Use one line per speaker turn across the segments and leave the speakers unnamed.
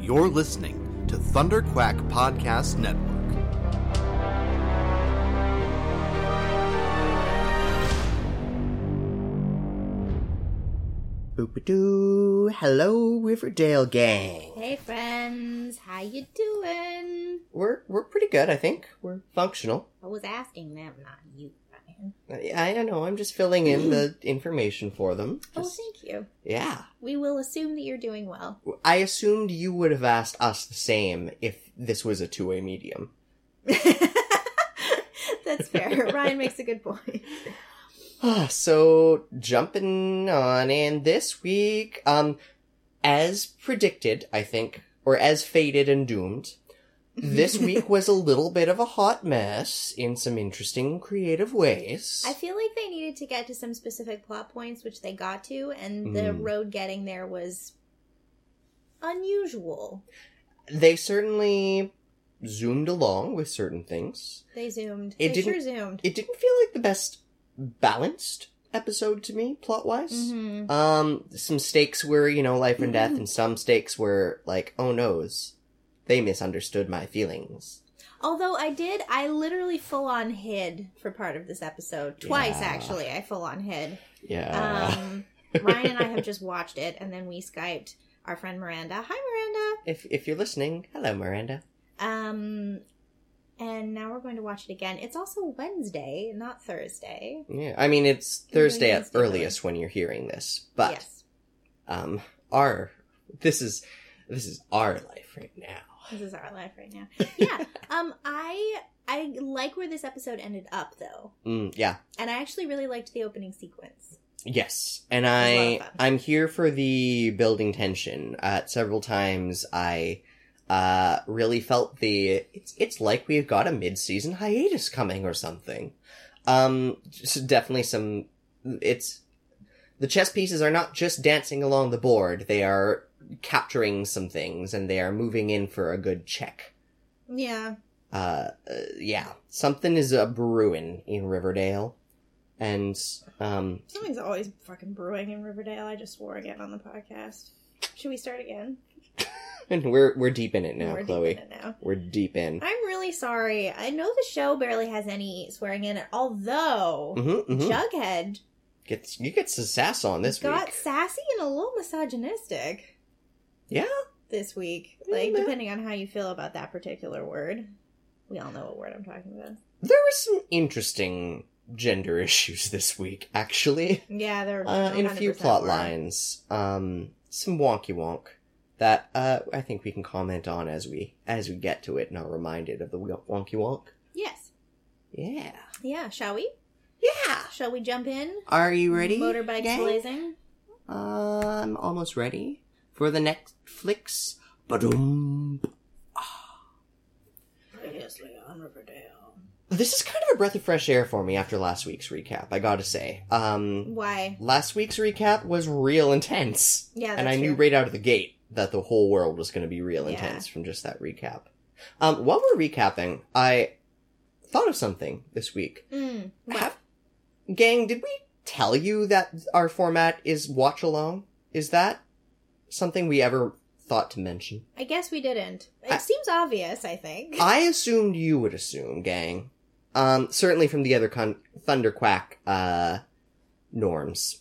You're listening to Thunder Quack Podcast Network.
Boop-a-doo. Hello, Riverdale gang.
Hey friends, how you doing?
We're we're pretty good, I think. We're functional.
I was asking them, not you, Ryan.
I, I know. I'm just filling in the information for them.
Oh,
Just-
thank you.
yeah.
We will assume that you're doing well.
I assumed you would have asked us the same if this was a two-way medium.
That's fair. Ryan makes a good point.
Ah, so jumping on in this week, um, as predicted, I think, or as fated and doomed, this week was a little bit of a hot mess in some interesting creative ways.
I feel like they needed to get to some specific plot points, which they got to, and the
Mm.
road getting there was unusual.
they certainly zoomed along with certain things.
They zoomed.
It
they
didn't-
sure zoomed.
It didn't feel like the best balanced episode to me, plot wise.
hmm
Um, some stakes were, you know, life and death, and some stakes were like, oh noes, they misunderstood my feelings.
Although I did, I literally full on hid for part of this episode. Twice,
Yeah.
actually, I full on hid.
Yeah.
Um, Ryan and I have just watched it, and then we skyped our friend Miranda. Hi,
if if you're listening, hello Miranda.
Miranda. Um, and now we're going to watch it again. It's also Wednesday, not Thursday.
Yeah, I mean it's
Good morning,
Thursday at
Wednesday, really.
earliest when you're hearing this, but
yes,
um, our this is this is our life right now.
this is our life right now. Yeah. um, I I like where this episode ended up though,
Mm, yeah.
and I actually really liked the opening sequence.
Yes, and
was a lot of
I
fun.
I'm here for the building tension. Uh, several times I uh really felt the it's it's like we've got a mid season hiatus coming or something. Um, just definitely some. It's the chess pieces are not just dancing along the board; they are capturing some things and they are moving in for a good check.
Yeah.
Uh, uh yeah, something is a brewing in Riverdale, and um,
Something's always fucking brewing in Riverdale. I just swore again on the podcast. Should we start again?
And we're we're deep in it now,
We're deep
Chloe.
in it now.
We're deep in.
I'm really sorry. I know the show barely has any swearing in it, although
Mm-hmm,
Jughead
Gets you get some sass on this
got
week.
sassy and a little misogynistic.
Yeah.
This week.
Yeah,
Like,
man.
depending on how you feel about that particular word. We all know what word I'm talking about.
There were some interesting gender issues this week, actually,
Yeah, there
uh, in a few
100%
plot
were.
lines. Um, some wonky wonk that uh, I think we can comment on as we as we get to it and are reminded of the won- wonky wonk.
Yes.
Yeah.
Yeah, shall we?
Yeah.
Shall we jump in?
Are you ready?
Motorbikes
gang?
blazing.
Uh, I'm almost ready for the Netflix. Ba-dum.
Previously on Riverdale.
This is kind of a breath of fresh air for me after last week's recap, I gotta say. Um,
Why?
last week's recap was real intense.
Yeah, that's
and I knew
true.
right out of the gate that the whole world was gonna be real
Yeah.
intense from just that recap. Um, while we're recapping, I thought of something this week.
Mm, what?
Have- gang, did we tell you that our format is watch along? Is that something we ever thought to mention?
I guess we didn't. It
I- Uh,
seems obvious, I think.
I assumed you would assume, gang. Um, certainly from the other con- Thunderquack, uh, norms.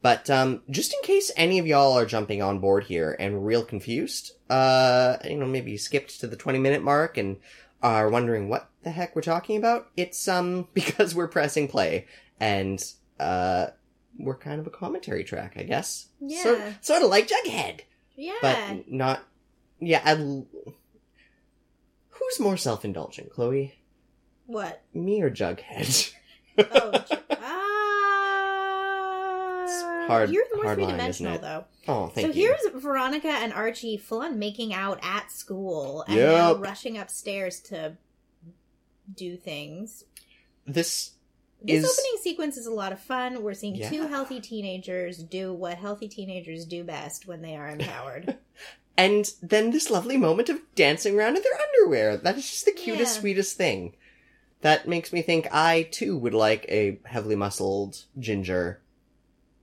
But, um, just in case any of y'all are jumping on board here and real confused, uh, you know, maybe you skipped to the 20 minute mark and are wondering what the heck we're talking about, it's, um, because we're pressing play and, uh, we're kind of a commentary track, I guess.
Yeah.
Sort, sort of like Jughead
yeah.
but n- not. Yeah, I. l- Who's more self-indulgent, Chloe?
what?
Me or Jughead?
Oh, j- ah.
hard-
You're more
hard
three
line,
dimensional,
isn't
though.
oh, thank
so
you.
here's Veronica and Archie full on making out at school and
Yep.
now rushing upstairs to do things.
This
This
Is-
opening sequence is a lot of fun. We're seeing
Yeah.
two healthy teenagers do what healthy teenagers do best when they are empowered.
and then this lovely moment of dancing around in their underwear. That is just the cutest,
Yeah.
sweetest thing. That makes me think I too would like a heavily muscled ginger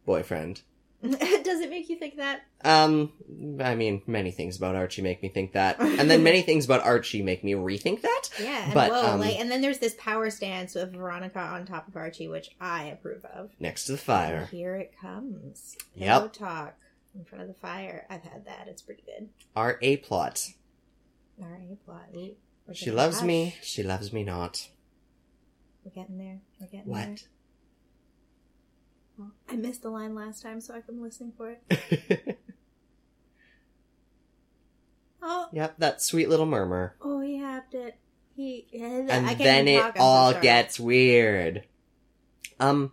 boyfriend.
Does it make you think that?
Um, I mean, many things about Archie make me think that, and then many things about Archie make me rethink that.
Yeah. And
But,
whoa,
um,
like, and then there's this power stance with Veronica on top of Archie, which I approve of.
Next to the fire,
And here it comes.
Yep.
Pillow talk in front of the fire. I've had that. It's pretty good.
our A plot.
All right, plot. Ooh, we're
She
getting
loves
hot.
me. She loves me not.
We're getting there. We're getting there.
What?
Well, I missed the line last time, so I've been listening for it. Oh,
yep, that sweet little murmur.
oh, he hacked it. He. And I
and
can't
then
even
it
talk, I'm so
all
sorry.
gets weird. Um,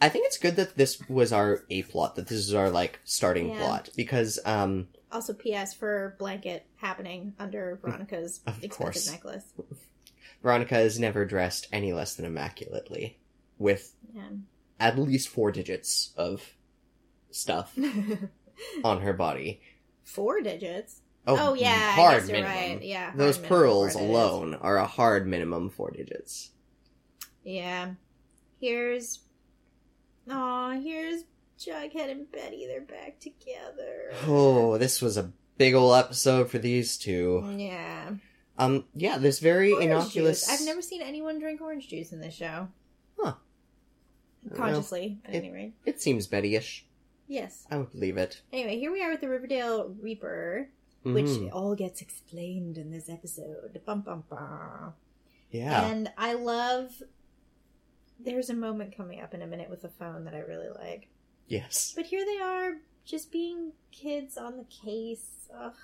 I think it's good that this was our A plot, that this is our like starting
Yeah.
plot, because um,
Also, P.S. for blanket happening under Veronica's
Of
expensive
course.
necklace.
Veronica is never dressed any less than immaculately, with
Yeah.
at least four digits of stuff on her body.
Four digits.
Oh,
Oh, yeah, I
hard
guess you're
minimum.
right. Yeah, hard
Those
minimum
pearls
four digits.
alone are a hard minimum four digits.
Yeah. Here's. Aw, here's Jughead and Betty. They're back together.
Oh, this was a big ol' episode for these two.
Yeah.
Um, yeah, this very
Orange
innocuous.
Juice. I've never seen anyone drink orange juice in this show.
Huh.
Consciously, at
It-
any rate.
It seems Betty-ish.
Yes.
I would believe it.
Anyway, here we are with the Riverdale Reaper, which
Mhm.
all gets explained in this episode. Bum bum bum.
yeah,
And I love. There's a moment coming up in a minute with the phone that I really like.
yes.
But here they are, just being kids on the case. Ugh,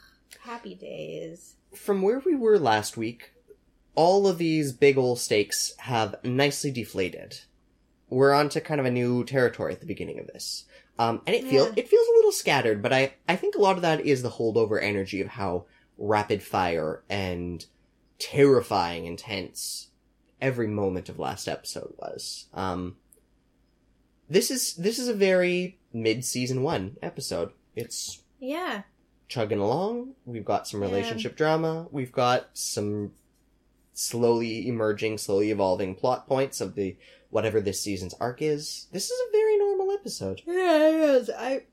happy days.
From where we were last week, all of these big ol' stakes have nicely deflated. We're on to kind of a new territory at the beginning of this. Um, and it feel
Yeah.
it feels a little scattered, but I, I think a lot of that is the holdover energy of how rapid fire and terrifying intense every moment of last episode was. Um, this is this is a very mid season one episode. It's
Yeah.
chugging along. We've got some
Yeah.
relationship drama. We've got some slowly emerging, slowly evolving plot points of the whatever this season's arc is. This is a very normal episode
Yeah, it is. I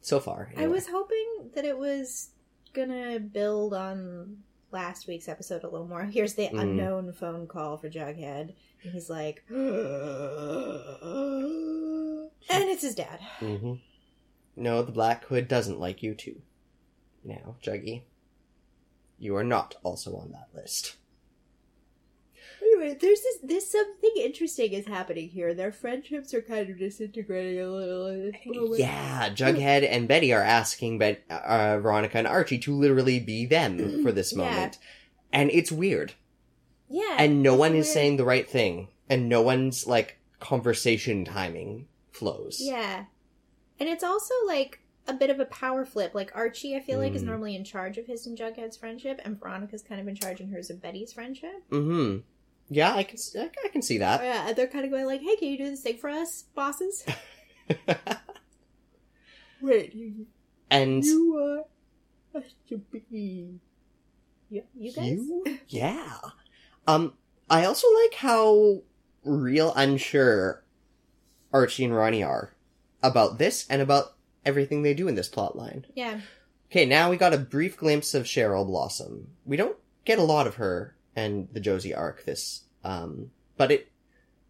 so far.
I
anyway.
was hoping that it was gonna build on last week's episode a little more. Here's the
Mm.
unknown phone call for Jughead. And he's like And it's his dad.
Mhm. No, the Black Hood doesn't like you too. Now, Juggy, you are not also on that list.
Anyway, there's this there's something interesting is happening here. Their friendships are kind of disintegrating a little in this moment.
Yeah, Jughead and Betty are asking Bet- uh, Veronica and Archie to literally be them for this
Yeah.
moment. And it's weird.
Yeah.
and no
it's
one is
weird.
saying the right thing and no one's like conversation timing flows
Yeah. And it's also like a bit of a power flip. Like Archie, I feel like, is
Mm.
normally in charge of his and Jughead's friendship, and Veronica's kind of in charge in hers of Betty's friendship.
mm-hmm yeah i can s- i I can see that
yeah, and they're kind of going like, "Hey, can you do this thing for us, bosses?" Wait, you,
and
you are to be. You, you guys?
You? yeah um i also like how real unsure archie and ronnie are about this and about everything they do in this plot line
Yeah.
okay now we got a brief glimpse of cheryl blossom we don't get a lot of her and the josie arc this um but it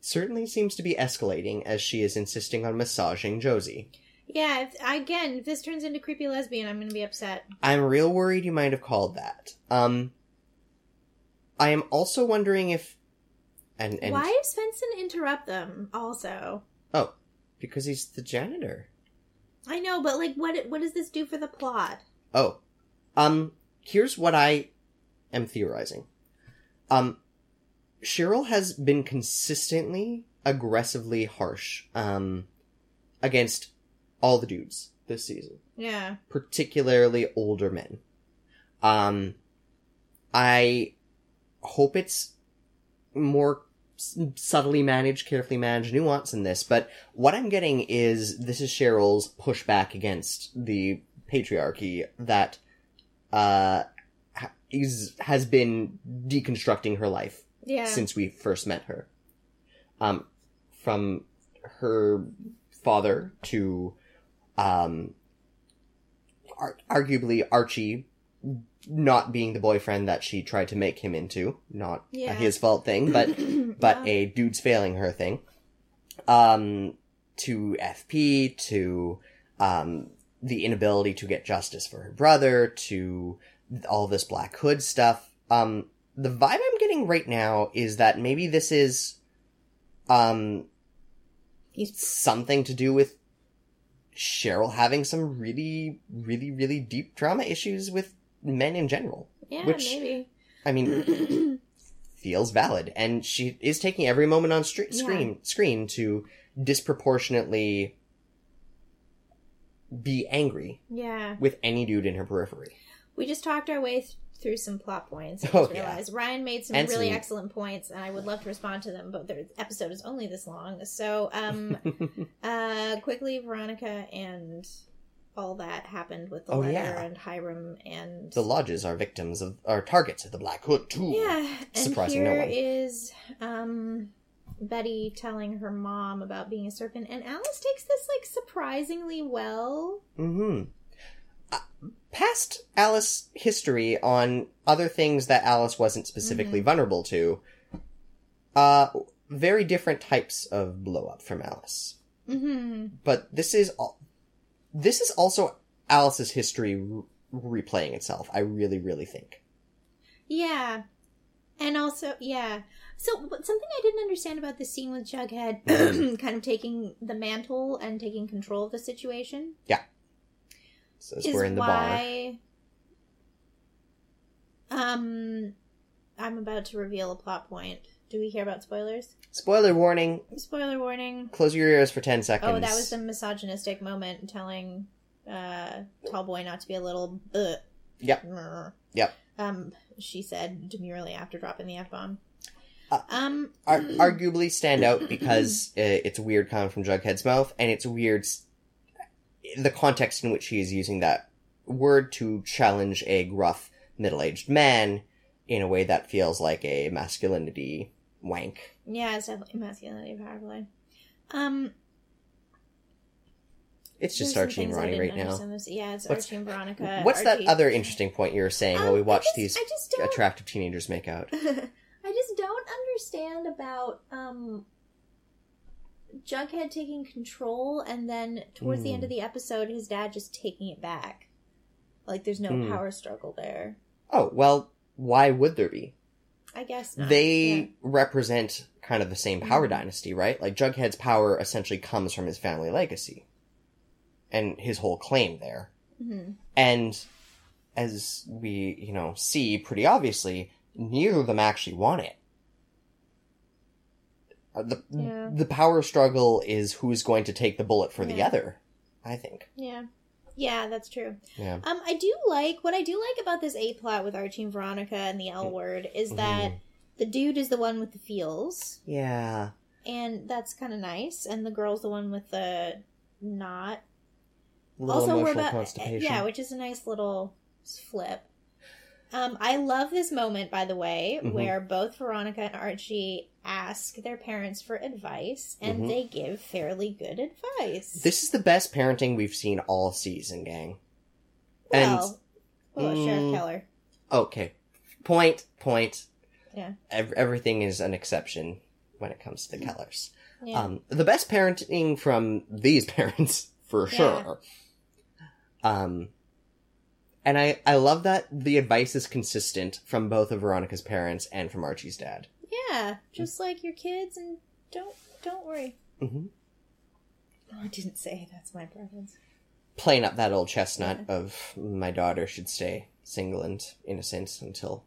certainly seems to be escalating as she is insisting on massaging josie
Yeah, if, again, if this turns into creepy lesbian, I'm going to be upset.
i'm real worried you might have called that um i am also wondering if and and
Why does Svensson interrupt them also?
oh because he's the janitor
I know, but like, what what does this do for the plot?
Oh. Um, here's what I am theorizing. Um, Cheryl has been consistently aggressively harsh, um, against all the dudes this season,
Yeah.
particularly older men. Um, I hope it's more s- subtly managed, carefully managed nuance in this, but what I'm getting is this is Cheryl's pushback against the patriarchy that uh ha- is has been deconstructing her life
Yeah.
since we first met her. Um, from her father to, um, ar- arguably Archie not being the boyfriend that she tried to make him into. Not
Yeah.
a his fault thing, uh, but but
Yeah.
a dude's failing her thing. Um, to FP, to um, the inability to get justice for her brother, to all this Black Hood stuff. Um, the vibe I'm getting right now is that maybe this is um,
He's-
something to do with Cheryl having some really, really, really deep trauma issues with men in general.
yeah,
which-
maybe.
I mean, feels valid, and she is taking every moment on stre-
Yeah.
screen screen to disproportionately be angry
yeah,
with any dude in her periphery.
we just talked our way th- through some plot points. I
Oh,
just
yeah.
realized Ryan made some
And
really
some-
excellent points, and I would love to respond to them, but the episode is only this long. So, um, uh, quickly, Veronica and all that happened with the
Oh,
letter
yeah.
and Hiram and
The lodges are victims of are targets of the Black Hood too.
Yeah, and
Surprising no
here
one.
is um, Betty telling her mom about being a serpent, and Alice takes this like surprisingly well.
Hmm. Uh, past Alice history on other things that Alice wasn't
Mm-hmm.
specifically vulnerable to. Uh, very different types of blow up from Alice.
Mm-hmm.
but this is all this is also alice's history re- replaying itself i really really think
Yeah, and also yeah. So but something I didn't understand about this scene with Jughead, kind of taking the mantle and taking control of the situation,
since we're in the bar
why. Um, I'm about to reveal a plot point. Do we care about spoilers?
spoiler warning
Spoiler warning.
close your ears for 10 seconds
Oh, that was the misogynistic moment telling uh Tallboy not to be a little uh
Yep.
grr.
Yep.
Um she said demurely after dropping the F bomb.
Uh,
um
Ar- arguably stand out because uh, it's weird coming from jughead's mouth and it's weird s- the context in which he is using that word to challenge a gruff middle-aged man in a way that feels like a masculinity wank
yeah, it's definitely masculinity power play. Um
it's just
there's
archie
some
and
things I
ronnie
didn't
right now
understand this- Yeah, it's
What's-
Archie and Veronica.
What's that
Archie-
other interesting point you were saying
Um,
while we watched
I
these
just, I just don't
attractive teenagers make out?
I just don't understand about um Jughead taking control and then towards the end
Hmm.
of the episode his dad just taking it back. Like there's no
Hmm.
power struggle there.
Oh, well, why would there be?
I guess not.
They
Yeah.
represent kind of the same power
Mhm.
dynasty, right? Like Jughead's power essentially comes from his family legacy and his whole claim there.
Mhm.
And as we, you know, see pretty obviously, neither of them actually want it. Uh, The,
Yeah.
the power struggle is who's going to take the bullet for the
Yeah.
other, I think.
Yeah. Yeah, that's true.
Yeah.
Um I do like what I do like about this A plot with Archie and Veronica and the
Hmm.
L word is that the dude is the one with the feels
Yeah.
and that's kind of nice and the girl's the one with the not
little
also, we're
emotional
about
constipation.
yeah, which is a nice little flip. Um, I love this moment, by the way,
Mhm.
where both Veronica and Archie ask their parents for advice, and
Mhm.
they give fairly good advice.
this is the best parenting we've seen all season, gang. and-
well, well, Sheriff
Mm.
Keller,
Okay, point, point.
Yeah.
Ev- everything is an exception when it comes to the Kellers.
yeah,
Um, the best parenting from these parents for
Yeah.
sure. Um, and I I love that the advice is consistent from both of Veronica's parents and from Archie's dad.
yeah, just like your kids, and don't don't worry.
hmm
No, I didn't say that's my preference.
Playing up that old chestnut of my daughter should stay single and innocent until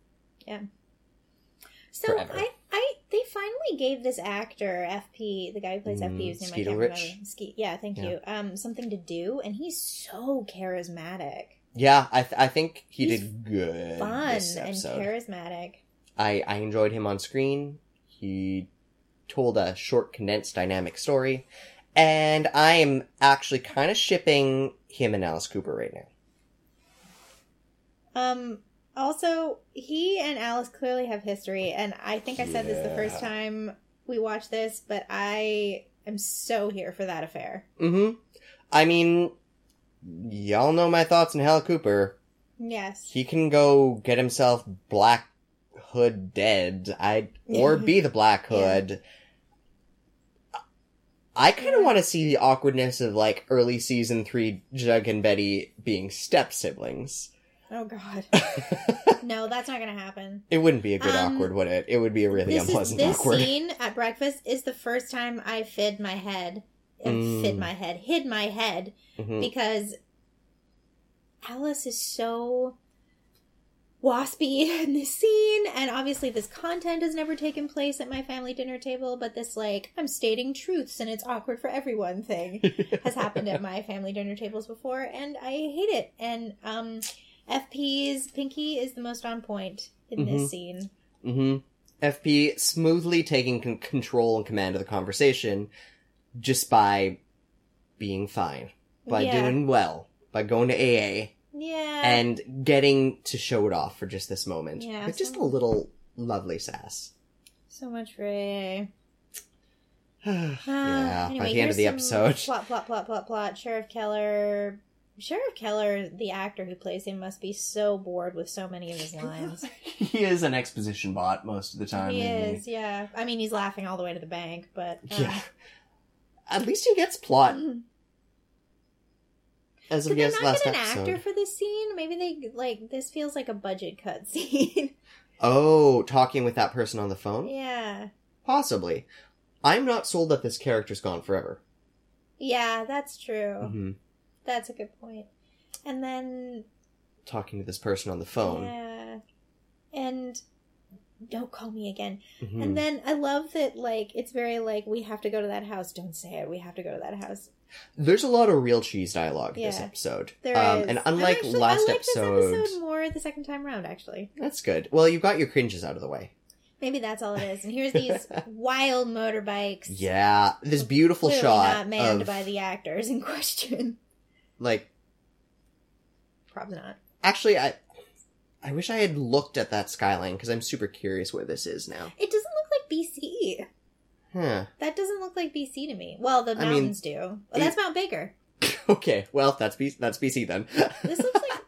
So
Forever.
I, I, they finally gave this actor FP, the guy who plays FP, whose name
Mm, Skeeter
I can't
Rich.
remember. Ske- yeah, thank
Yeah.
you. Um, something to do, and he's so charismatic,
Yeah, I th- I think he
He's
did good
fun,
this
and
episode.
charismatic.
I I enjoyed him on screen. He told a short, condensed, dynamic story, and I am actually kind of shipping him and Alice Cooper right now.
Um, also, he and Alice clearly have history, and I think I said this the first
Yeah.
time we watched this, but I I'm so here for that affair.
Mm-hmm. I mean, y'all know my thoughts on Hal Cooper.
Yes.
He can go get himself Black Hood dead, I or be the Black
Yeah.
Hood. I kind of want to see the awkwardness of like early season three Jug and Betty being step siblings.
Oh God. no, that's not gonna happen.
It wouldn't be a good
Um,
awkward, would it? It would be a really
this is,
unpleasant
this
awkward.
scene at breakfast is the first time I fid my head, uh, fid
Mm.
my head, hid my head
Mhm.
because Alice is so waspy in this scene, and obviously this content has never taken place at my family dinner table. But this like I'm stating truths and it's awkward for everyone thing has happened at my family dinner tables before, and I hate it. And um, FP's Pinky is the most on point in
Mhm.
this scene.
hmm FP smoothly taking con- control and command of the conversation just by being fine, by
yeah.
doing well, by going to AA,
yeah,
and getting to show it off for just this moment.
Yeah,
With just
some-
a little lovely sass.
so much for AA.
yeah,
Uh, anyway,
by the end
here's
of the
some
episode.
Plot, plot, plot, plot, plot. Sheriff Keller. Sheriff Keller, the actor who plays him, must be so bored with so many of his lines.
he is an exposition bot most of the time.
he
and
is, yeah. I mean, he's laughing all the way to the bank, but. um,
Yeah. At least he gets plot as
Did
of
they
yes,
not
last
get an
episode.
actor for this scene? Maybe they, like, this feels like a budget cut scene.
Oh, talking with that person on the phone?
yeah.
Possibly. I'm not sold that this character's gone forever.
Yeah, that's true.
hmm
That's a good point. And then.
Talking to this person on the phone.
Yeah. And. Don't call me again.
Mhm.
And then I love that, like, it's very like, we have to go to that house. Don't say it. We have to go to that house.
There's a lot of real cheese dialogue this
Yeah.
episode. Um,
There is-
And
I'm
unlike
actually-
last
I like
episode,
This episode more the second time round, actually.
that's good. Well, you've got your cringes out of the way.
Maybe that's all it is. And here's these wild motorbikes.
Yeah, this beautiful
Clearly
shot
not manned
of
by the actors in question.
like
Probably not.
actually, I I wish I had looked at that skyline because I'm super curious where this is now.
It doesn't look like BC.
Huh.
That doesn't look like BC to me. Well, the
I mean,
mountains do. Well,
it-
that's Mount Baker.
Okay, well that's B- that's BC then.
This looks like.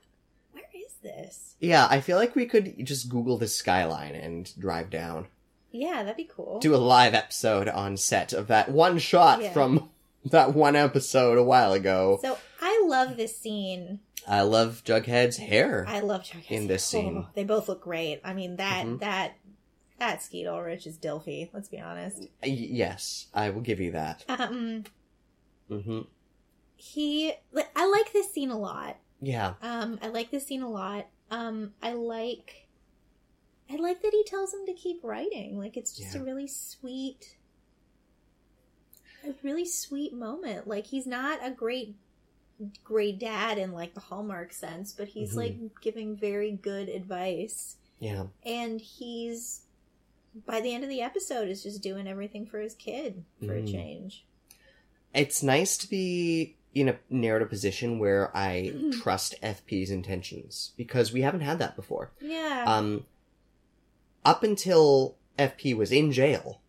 where is this?
yeah, I feel like we could just Google this skyline and drive down.
Yeah, that'd be cool.
do a live episode on set of that one shot
Yeah.
from that one episode a while ago.
so I love this scene.
I love Jughead's hair.
I love Chuck
in
Hesse.
this
Oh,
scene.
they both look great. I mean that
Mhm.
that that Skeet Ulrich is Dilfy. Let's be honest.
Y- yes, I will give you that.
Um,
hmm
he like, I like this scene a lot.
Yeah.
Um, I like this scene a lot. Um, I like I like that he tells him to keep writing. Like it's just a
Yeah.
really sweet, a really sweet moment. Like he's not a great great dad in like the hallmark sense but he's
Mhm.
like giving very good advice
Yeah.
and he's by the end of the episode is just doing everything for his kid for a
Mm.
change
It's nice to be in a narrative position where I
Mhm.
trust FP's intentions because we haven't had that before.
yeah
Um, up until FP was in jail,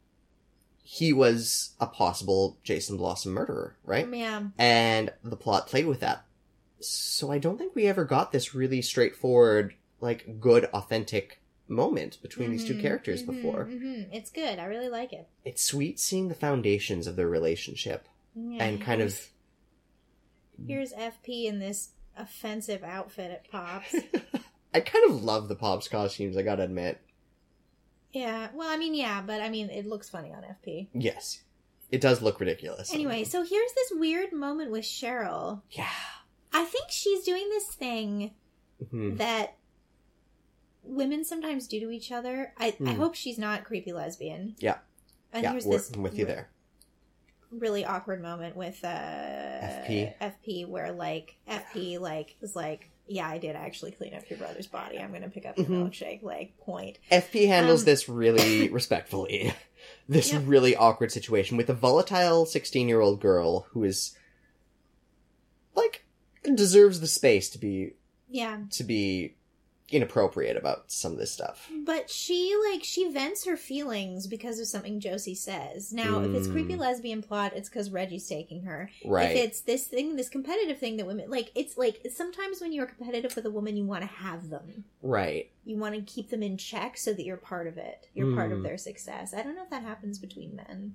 he was a possible Jason Blossom murderer, right?
Um, yeah
and the plot played with that. So I don't think we ever got this really straightforward, like good, authentic moment between these two
Mhm,
characters
mhm,
before.
mhm. it's good i really like it
It's sweet seeing the foundations of their relationship
yeah,
and kind of
here's- here's fp in this offensive outfit at pops
I kind of love the Pops costumes, I gotta admit.
yeah well i mean yeah but i mean it looks funny on fp
Yes. It does look ridiculous.
anyway so here's this weird moment with cheryl
Yeah.
i think she's doing this thing
Mhm.
that women sometimes do to each other. I, I
Hmm.
hope she's not creepy lesbian.
Yeah.
And
yeah,
here's
we're,
this
I'm with you there.
really awkward moment with uh, FP. FP where like FP like is like, yeah, I did actually clean up your brother's body. I'm gonna pick up your
Mhm.
milkshake. Like point.
FP handles
Um,
this really respectfully. This
Yeah.
really awkward situation with a volatile 16 year old girl who is, like, deserves the space to be,
Yeah.
to be inappropriate about some of this stuff.
But she like she vents her feelings because of something Josie says. Now, if it's creepy
Mm.
lesbian plot, it's because Reggie's taking her.
Right.
If it's this thing, this competitive thing that women like, it's like sometimes when you're competitive with a woman, you want to have them.
right.
You want to keep them in check so that you're part of it. You're part of
Mm.
their success. I don't know if that happens between men.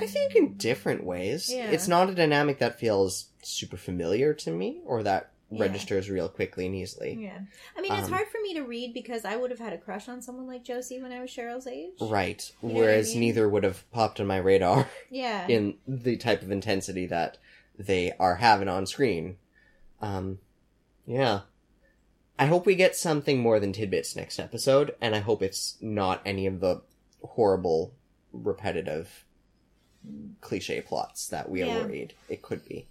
I think in different ways.
Yeah.
It's not a dynamic that feels super familiar to me or that
Yeah.
registers real quickly and easily.
Yeah. I mean, it's
Um,
hard for me to read because I would have had a crush on someone like Josie when I was Cheryl's age.
Right.
You know what I
Whereas
mean?
neither would have popped on my radar
Yeah.
in the type of intensity that they are having on screen. Um, yeah. I hope we get something more than tidbits next episode, and I hope it's not any of the horrible, repetitive, cliche plots that we
Yeah.
are worried it could be.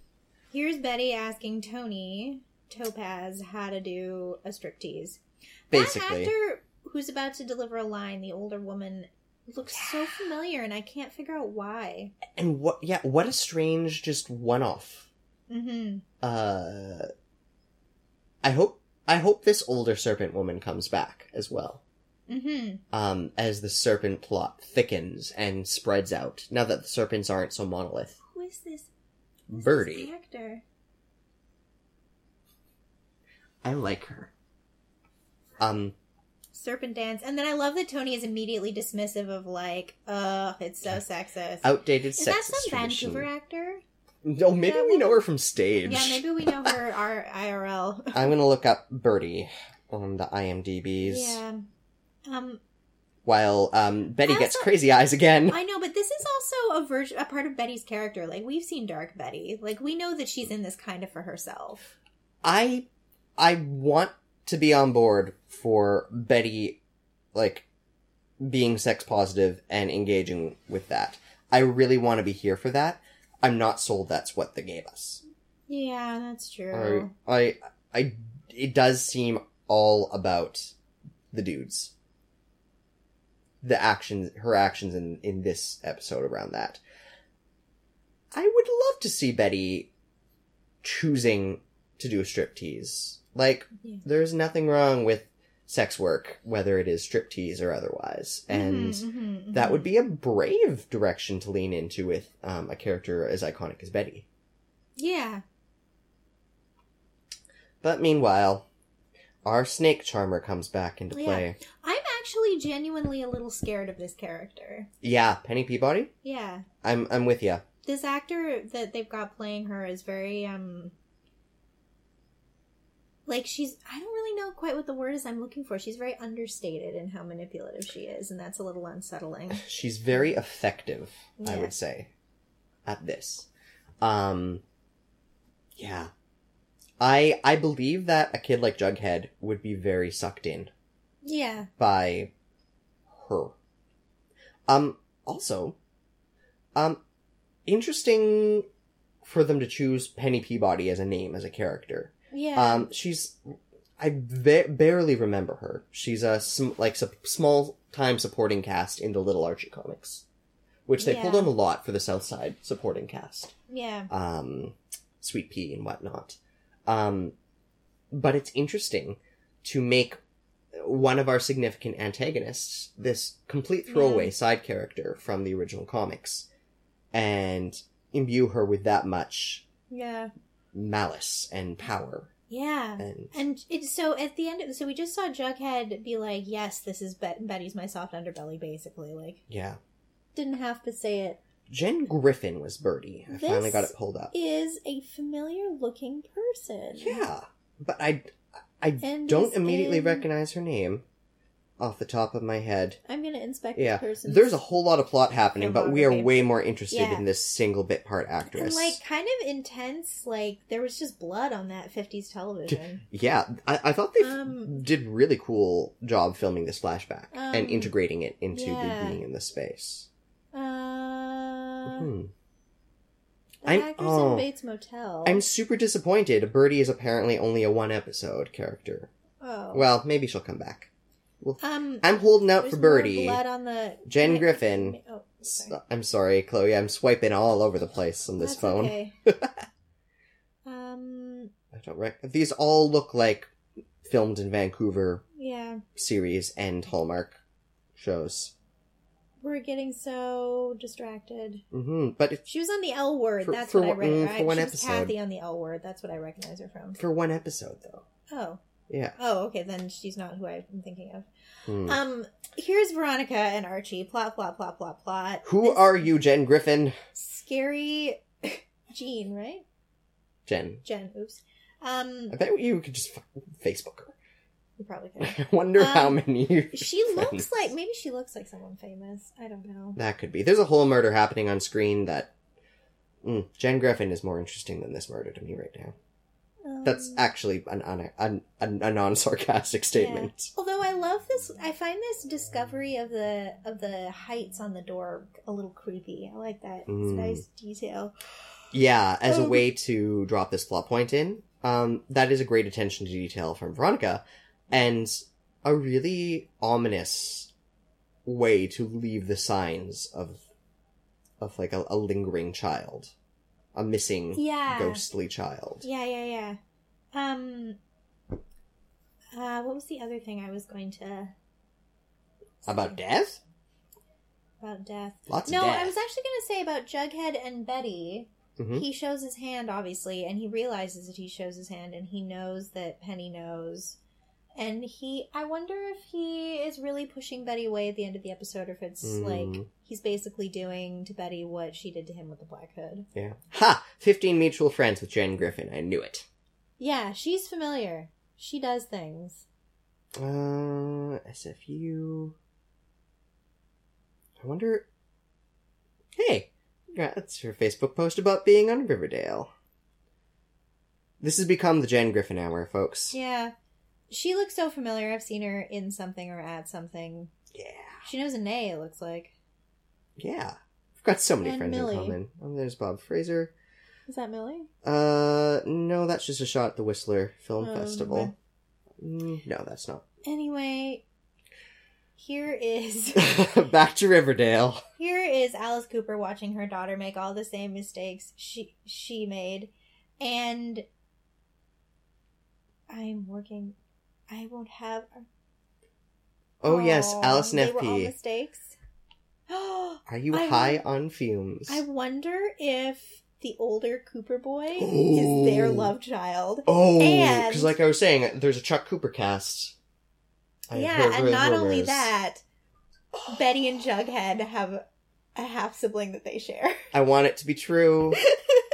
Here's Betty asking Tony Topaz how to do a striptease.
Basically.
that actor who's about to deliver a line, the older woman, looks so familiar, and I can't figure out why.
And what? Yeah, what a strange, just one-off.
Mm-hmm.
Uh, I hope I hope this older serpent woman comes back as well.
Mm-hmm.
Um, as the serpent plot thickens and spreads out. Now that the serpents aren't so monolith.
Who is this? who is
Birdie.
this actor.
I like her. Um,
Serpent dance, and then I love that Tony is immediately dismissive of like, "Oh, it's so sexist."
outdated
is that
sexist
some
tradition.
Vancouver actor?
No, maybe
Yeah,
we know her from stage.
Yeah, maybe we know her our IRL.
I'm gonna look up Birdie on the IMDb's
yeah. Um,
while um Betty
I
gets
also-
crazy eyes again.
I know, but this is also a version, a part of Betty's character. Like we've seen Dark Betty. Like we know that she's in this kind of for herself.
I I want to be on board for Betty like being sex positive and engaging with that. I really want to be here for that. I'm not sold that's what they gave us.
Yeah, that's
I
true.
I, I it does seem all about the dudes. The actions her actions in, in this episode around that. I would love to see Betty choosing to do a striptease. Like
Yeah.
there's nothing wrong with sex work, whether it is striptease or otherwise. And
Mhm, mhm, mhm.
that would be a brave direction to lean into with um, a character as iconic as Betty.
yeah.
But meanwhile, our snake charmer comes back into
Yeah.
play.
I'm actually genuinely a little scared of this character.
Yeah, Penny Peabody.
Yeah,
I'm I'm with you.
this actor that they've got playing her is very um. Like she's, I don't really know quite what the word is I'm looking for. She's very understated in how manipulative she is, and that's a little unsettling.
She's very effective, I
Yeah.
would say, at this. Um, yeah, I I believe that a kid like Jughead would be very sucked in
Yeah.
by her. Um, also, um, interesting for them to choose Penny Peabody as a name as a character.
Yeah.
Um, she's I ba- barely remember her. She's a sm- like su- small time supporting cast in the Little Archie comics, which they pulled
Yeah.
on a lot for the South Side supporting cast,
yeah.
um, Sweet Pea and whatnot. Um, but it's interesting to make one of our significant antagonists this complete throwaway side character from the original comics, and imbue her with that much
Yeah.
malice and power
Yeah.
and
And it, so at the end, of, so we just saw Jughead be like, "Yes, this is Bet- Betty's my soft underbelly." Basically, like
Yeah.
didn't have to say it.
Jen Griffin was Birdie. I finally
This
got it pulled up.
Is a familiar looking person.
Yeah. But I I
And
don't
is
immediately
in-
recognize her name off the top of my head.
I'm gonna inspect
Yeah.
this person.
There's a whole lot of plot happening, but we are
filmography.
way more interested
Yeah.
in this single bit part actress.
and like kind of intense. Like there was just blood on that 50s television.
yeah, I, I thought they f-
Um,
did really cool job filming this flashback
Um,
and integrating it into
yeah.
the being in this space.
Uh,
Hmm.
the
I'm-
actors
oh.
in Bates Motel.
I'm super disappointed. Birdie is apparently only a one episode character.
oh
Well, maybe she'll come back.
Um,
I'm holding out
there's
for
more
Birdie.
Blood on the
Jen Griffin.
Oh,
S-
sorry.
I'm sorry, Chloe. I'm swiping all over the place on this
That's Um,
phone.
okay. um.
I don't rec- These all look like filmed in Vancouver
Yeah.
series and Hallmark shows.
We're getting so distracted.
hmm But it,
She was on the L word.
For-
That's
for
what I
one-
read.
mm,
right?
for one
she was
episode.
Kathy on the L word. That's what I recognize her from.
for one episode, though.
Oh.
Yeah.
Oh, okay. Then she's not who I'm thinking of.
Hmm.
Um, here's Veronica and Archie. Plot, plot, plot, plot, plot.
Who
This
are you, Jen Griffin?
scary Jean, right?
Jen.
Jen, oops. Um,
I bet you could just fucking Facebook her.
you probably could.
I wonder how
Um,
many. you-
She looks
Friends.
like maybe she looks like someone famous. I don't know.
That could be. There's a whole murder happening on screen that. Mm, Jen Griffin is more interesting than this murder to me right now.
Um,
That's actually an, an, an, an, a non sarcastic statement.
Although I love this, I find this discovery of the of the heights on the door a little creepy. I like that. It's a
Mm.
nice detail.
Yeah, as a
Um,
way to drop this plot point in, um, that is a great attention to detail from Veronica, and a really ominous way to leave the signs of of like a, a lingering child, a missing
Yeah.
ghostly child.
Yeah, yeah, yeah. Um. Uh, what was the other thing I was going to
About death,
about death?
lots
no,
of death.
I was actually going to say about Jughead and Betty.
Mhm.
He shows his hand, obviously, and he realizes that he shows his hand, and he knows that Penny knows. And he, I wonder if he is really pushing Betty away at the end of the episode, or if it's like
Mm.
he's basically doing to Betty what she did to him with the Black Hood.
yeah. Ha! Fifteen mutual friends with Jen Griffin. I knew it.
Yeah, she's familiar. She does things.
Uh, SFU. I wonder. Hey, that's her Facebook post about being on Riverdale. This has become the Jen Griffin Hour, folks.
Yeah. She looks so familiar. I've seen her in something or at something.
Yeah.
She knows a nay, it looks like.
Yeah. We've got so many
And
friends
Millie.
in common. Um, there's Bob Fraser.
Is that Millie?
Uh, no, that's just a shot at the Whistler Film
Oh,
Festival. Mm, no, that's not.
Anyway, here is
Back to Riverdale.
here is Alice Cooper watching her daughter make all the same mistakes she she made, and I'm working. I won't have.
Oh, yes,
Aw,
Allison
They were all
FP.
mistakes.
Are you
I
high
want-
on fumes?
I wonder if the older Cooper boy is their
Ooh.
love child.
Oh,
And-
because like I was saying, there's a Chuck Cooper cast. I had
yeah,
heard-
and
heard
not only
rumors.
that, Betty and Jughead have a half sibling that they share.
I want it to be true.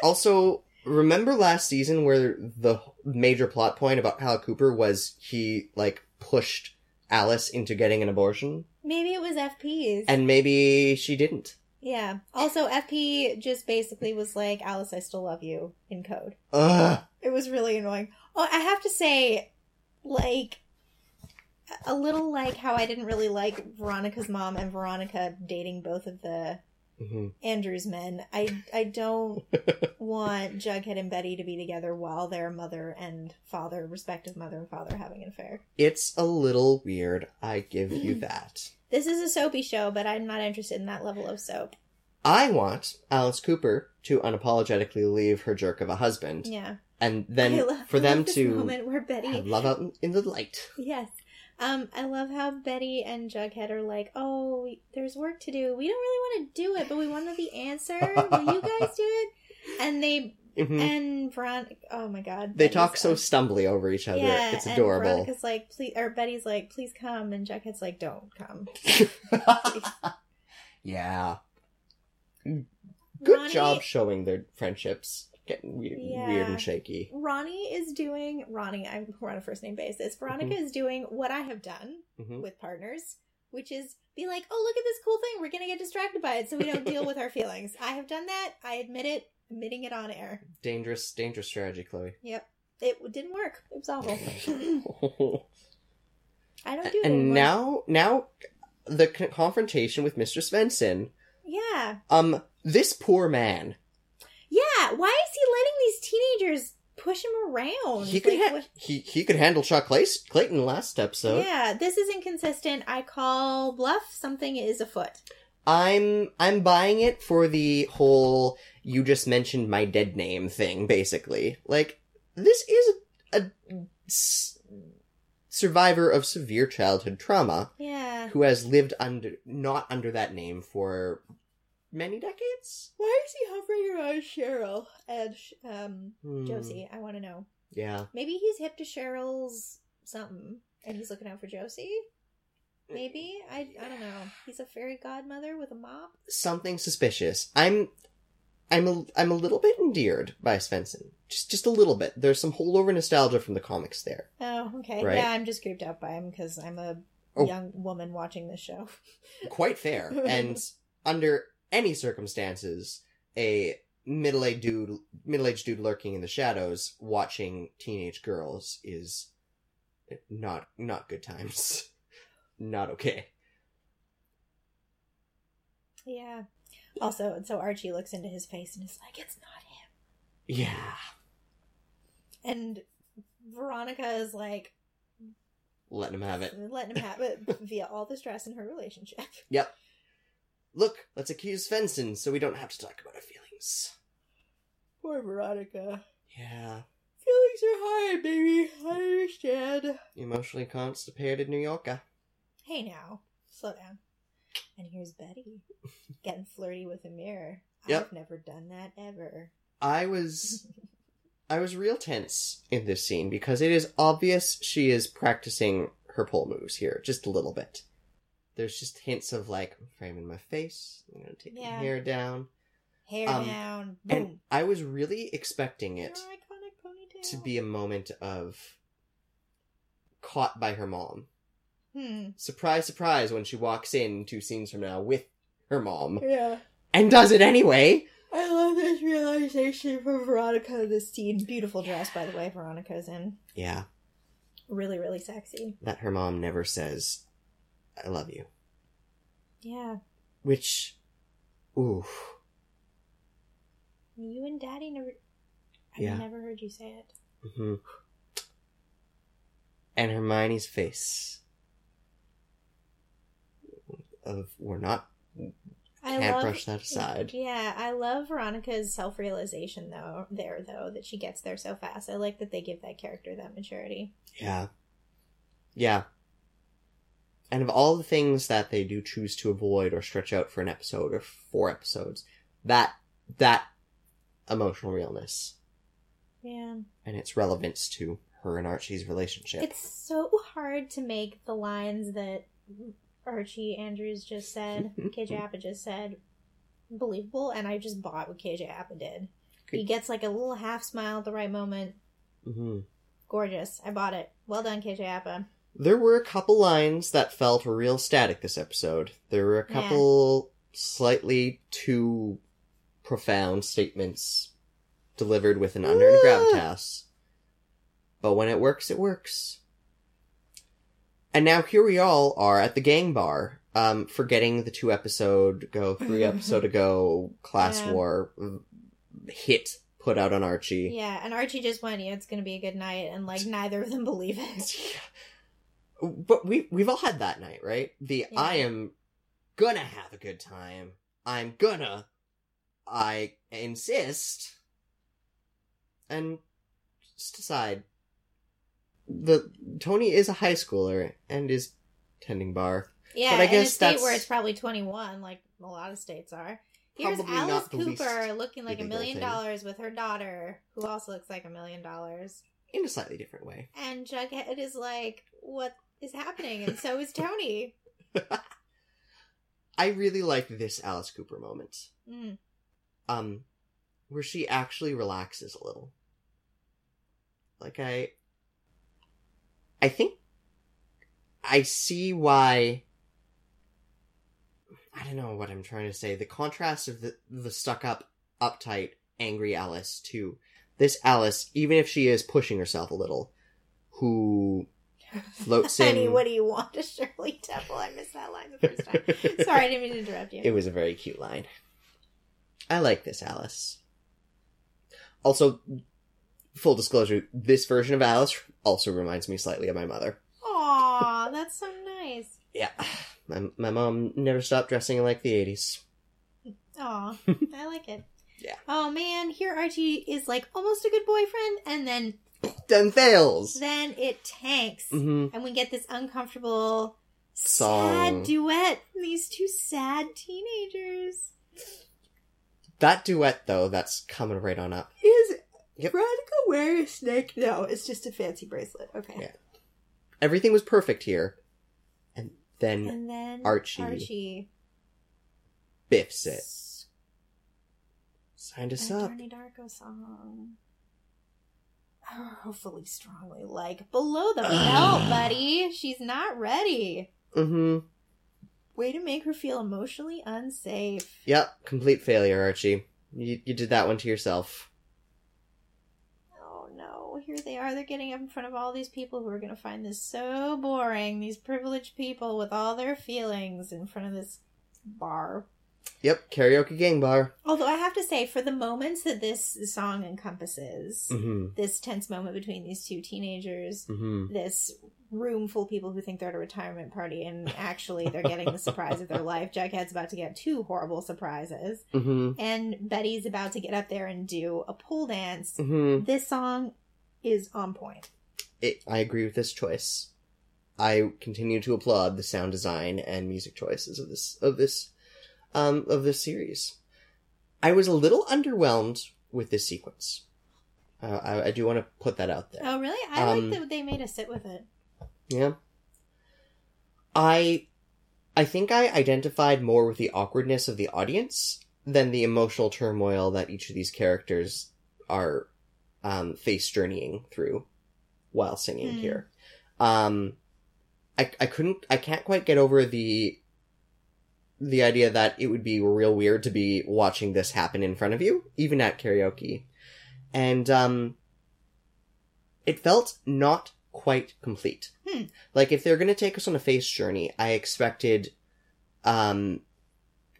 also, remember last season where the major plot point about Hal Cooper was he like pushed Alice into getting an abortion,
Maybe it was FP's.
and maybe she didn't.
yeah. Also, FP just basically was like, Alice, I still love you in code.
Ugh.
It was really annoying. Oh, I have to say, like, a little like how I didn't really like Veronica's mom and Veronica dating both of the Mm-hmm.
hmm
Andrews men. I, I don't want Jughead and Betty to be together while their mother and father, respective mother and father, are having an affair.
It's a little weird. I give you
Mm-hmm.
that.
This is a soapy show, but I'm not interested in that level of soap.
I want Alice Cooper to unapologetically leave her jerk of a husband,
Yeah.
and then
I lo-
for
I
them
love this
to
moment where
have
Betty
love out in- in the light.
Yes. Um, I love how Betty and Jughead are like, "Oh, we- there's work to do. We don't really want to do it, but we want to know the answer. Will you guys do it?" And they
Mhm.
and Veronica. Oh my God,
They
Betty's
talk so
on-
stumbly over each other.
Yeah,
it's
and
adorable.
Veronica's like, "Please," or Betty's like, "Please come," and Jughead's like, "Don't come."
yeah. Good
Ronnie-
job showing their friendships. Getting we- weird
Yeah.
and shaky.
Ronnie is doing Ronnie. I'm we're on a first name basis. Veronica
Mm-hmm.
is doing what I have done
Mhm.
with partners, which is be like, "Oh, look at this cool thing. We're gonna get distracted by it, so we don't deal with our feelings." I have done that. I admit it. Admitting it on air.
Dangerous, dangerous strategy, Chloe.
Yep. It didn't work. It was awful. I don't do it
and
anymore.
now, now, the c- confrontation with Mr. Svensson.
yeah,
Um, this poor man.
yeah. Why is he letting these teenagers push him around?
He could
Oh, Like,
ha-
what-
he he could handle Chuck Clay- Clayton last episode.
Yeah, this is inconsistent. I call bluff. Something is afoot.
I'm I'm buying it for the whole you just mentioned my dead name thing basically. Like this is a, s- survivor of severe childhood trauma
Yeah.
who has lived under not under that name for many decades.
Why is he hovering around Cheryl and um,
Hmm.
Josie? I want to know.
Yeah.
Maybe he's hip to Cheryl's something, and he's looking out for Josie. Maybe I I don't know. He's a fairy godmother with a mop.
Something suspicious. I'm I'm a, I'm a little bit endeared by Svensson. Just just a little bit. There's some holdover nostalgia from the comics there.
Oh, okay.
Right.
Yeah, I'm just creeped out by him because I'm a
Oh.
young woman watching this show.
Quite fair. and under any circumstances, a middle-aged dude middle-aged dude lurking in the shadows watching teenage girls is not not good times. not okay.
Yeah. Also, so Archie looks into his face and is like, "It's not him."
Yeah.
And Veronica is like,
Letting him have it.
letting him have it via all the stress in her relationship.
Yep. Look, let's accuse Svensson so we don't have to talk about our feelings.
Poor Veronica.
Yeah.
Feelings are high, baby. I understand.
Emotionally constipated New Yorker.
Hey now, slow down. And here's Betty getting flirty with a mirror.
Yep.
I've never done that ever.
I was I was real tense in this scene because it is obvious she is practicing her pole moves here, just a little bit. There's just hints of like I'm framing my face, I'm gonna take
Yeah.
my hair down.
Hair
Um,
down,
And
boom.
I was really expecting
Your
it
iconic ponytail.
to be a moment of caught by her mom.
Hmm.
surprise, surprise, when she walks in two scenes from now with her mom
Yeah.
and does it anyway.
I love this realization for Veronica in this scene. Beautiful dress, by the way, Veronica's in.
Yeah,
Really, really sexy.
that her mom never says, I love you.
Yeah.
Which, ooh,
You and Daddy never. I've
Yeah.
never heard you say it.
hmm And Hermione's face of we're not
I
can't
love.
brush that aside.
Yeah, I love Veronica's self realization though. There though that she gets there so fast. I like that they give that character that maturity.
Yeah, yeah. And of all the things that they do choose to avoid or stretch out for an episode or four episodes, that that emotional realness
Yeah,
and its relevance to her and Archie's relationship.
it's so hard to make the lines that Archie Andrews just said, KJ Apa just said, believable. And I just bought what KJ Apa did. He
Good.
gets like a little half smile at the right moment.
Mhm.
Gorgeous. I bought it. Well done, KJ Apa.
There were a couple lines that felt real static this episode. There were a
Yeah.
couple slightly too profound statements delivered with an unearned
Ah.
gravitas. But when it works, it works. And now here we all are at the gang bar, um, forgetting the two episode go, three episode ago class
Yeah.
war mm, hit put out on Archie.
Yeah, and Archie just went, yeah, it's gonna be a good night, and like neither of them believe it.
But we we've all had that night, right? The
Yeah.
I am gonna have a good time. I'm gonna I insist and just decide. The Tony is a high schooler and is tending bar.
Yeah,
But I
in a
guess
state where
that's-
it's probably 21, like a lot of states are. Here's
Probably
Alice
not the least
Cooper looking like a
illegal
million
thing.
dollars with her daughter, who also looks like a million dollars.
In a slightly different way.
And Jughead is like, what is happening? And so is Tony.
I really like this Alice Cooper moment.
Mm.
Um where she actually relaxes a little. Like I I think I see why I don't know what I'm trying to say. The contrast of the the stuck up, uptight, angry Alice to this Alice, even if she is pushing herself a little, who floats in
Honey, what do you want to Shirley Temple? I missed that line the first time. Sorry, I didn't mean to interrupt you.
It was a very cute line. I like this Alice. Also, full disclosure, this version of Alice also reminds me slightly of my mother.
Aw, that's so nice.
Yeah. My, my mom never stopped dressing like the 80s.
Aw, I like it.
Yeah.
Oh man, here Archie is like almost a good boyfriend, and then
then fails.
Then it tanks.
hmm
And we get this uncomfortable,
Song.
sad duet from these two sad teenagers.
That duet, though, that's coming right on up.
Is
Yep.
Veronica wearing a snake? No, it's just a fancy bracelet. Okay.
Yeah. Everything was perfect here. And then
And then
Archie.
Archie.
biffs it. Signed us
That
up.
Donnie Darko song. Oh, hopefully strongly like below the belt, buddy. She's not ready.
Mm-hmm.
Way to make her feel emotionally unsafe.
Yep. Complete failure, Archie. You, you did that one to yourself.
Oh no, here they are. They're getting up in front of all these people who are going to find this so boring. These privileged people with all their feelings in front of this bar.
Yep. Karaoke gang bar.
Although I have to say, for the moments that this song encompasses,
Mm-hmm.
this tense moment between these two teenagers,
Mm-hmm.
this room full of people who think they're at a retirement party and actually they're getting the surprise of their life. Jughead's about to get two horrible surprises,
Mm-hmm.
and Betty's about to get up there and do a pole dance.
Mm-hmm.
This song is on point.
It, I agree with this choice. I continue to applaud the sound design and music choices of this of this um, of this series. I was a little underwhelmed with this sequence. Uh, I, I do want to put that out there.
Oh, really? I
Um,
like that they made us sit with it.
Yeah. I I think I identified more with the awkwardness of the audience than the emotional turmoil that each of these characters are um face journeying through while singing
Hmm.
here. Um I I couldn't I can't quite get over the the idea that it would be real weird to be watching this happen in front of you, even at karaoke. And um it felt not quite complete.
Hmm.
Like if they're going to take us on a face journey, I expected um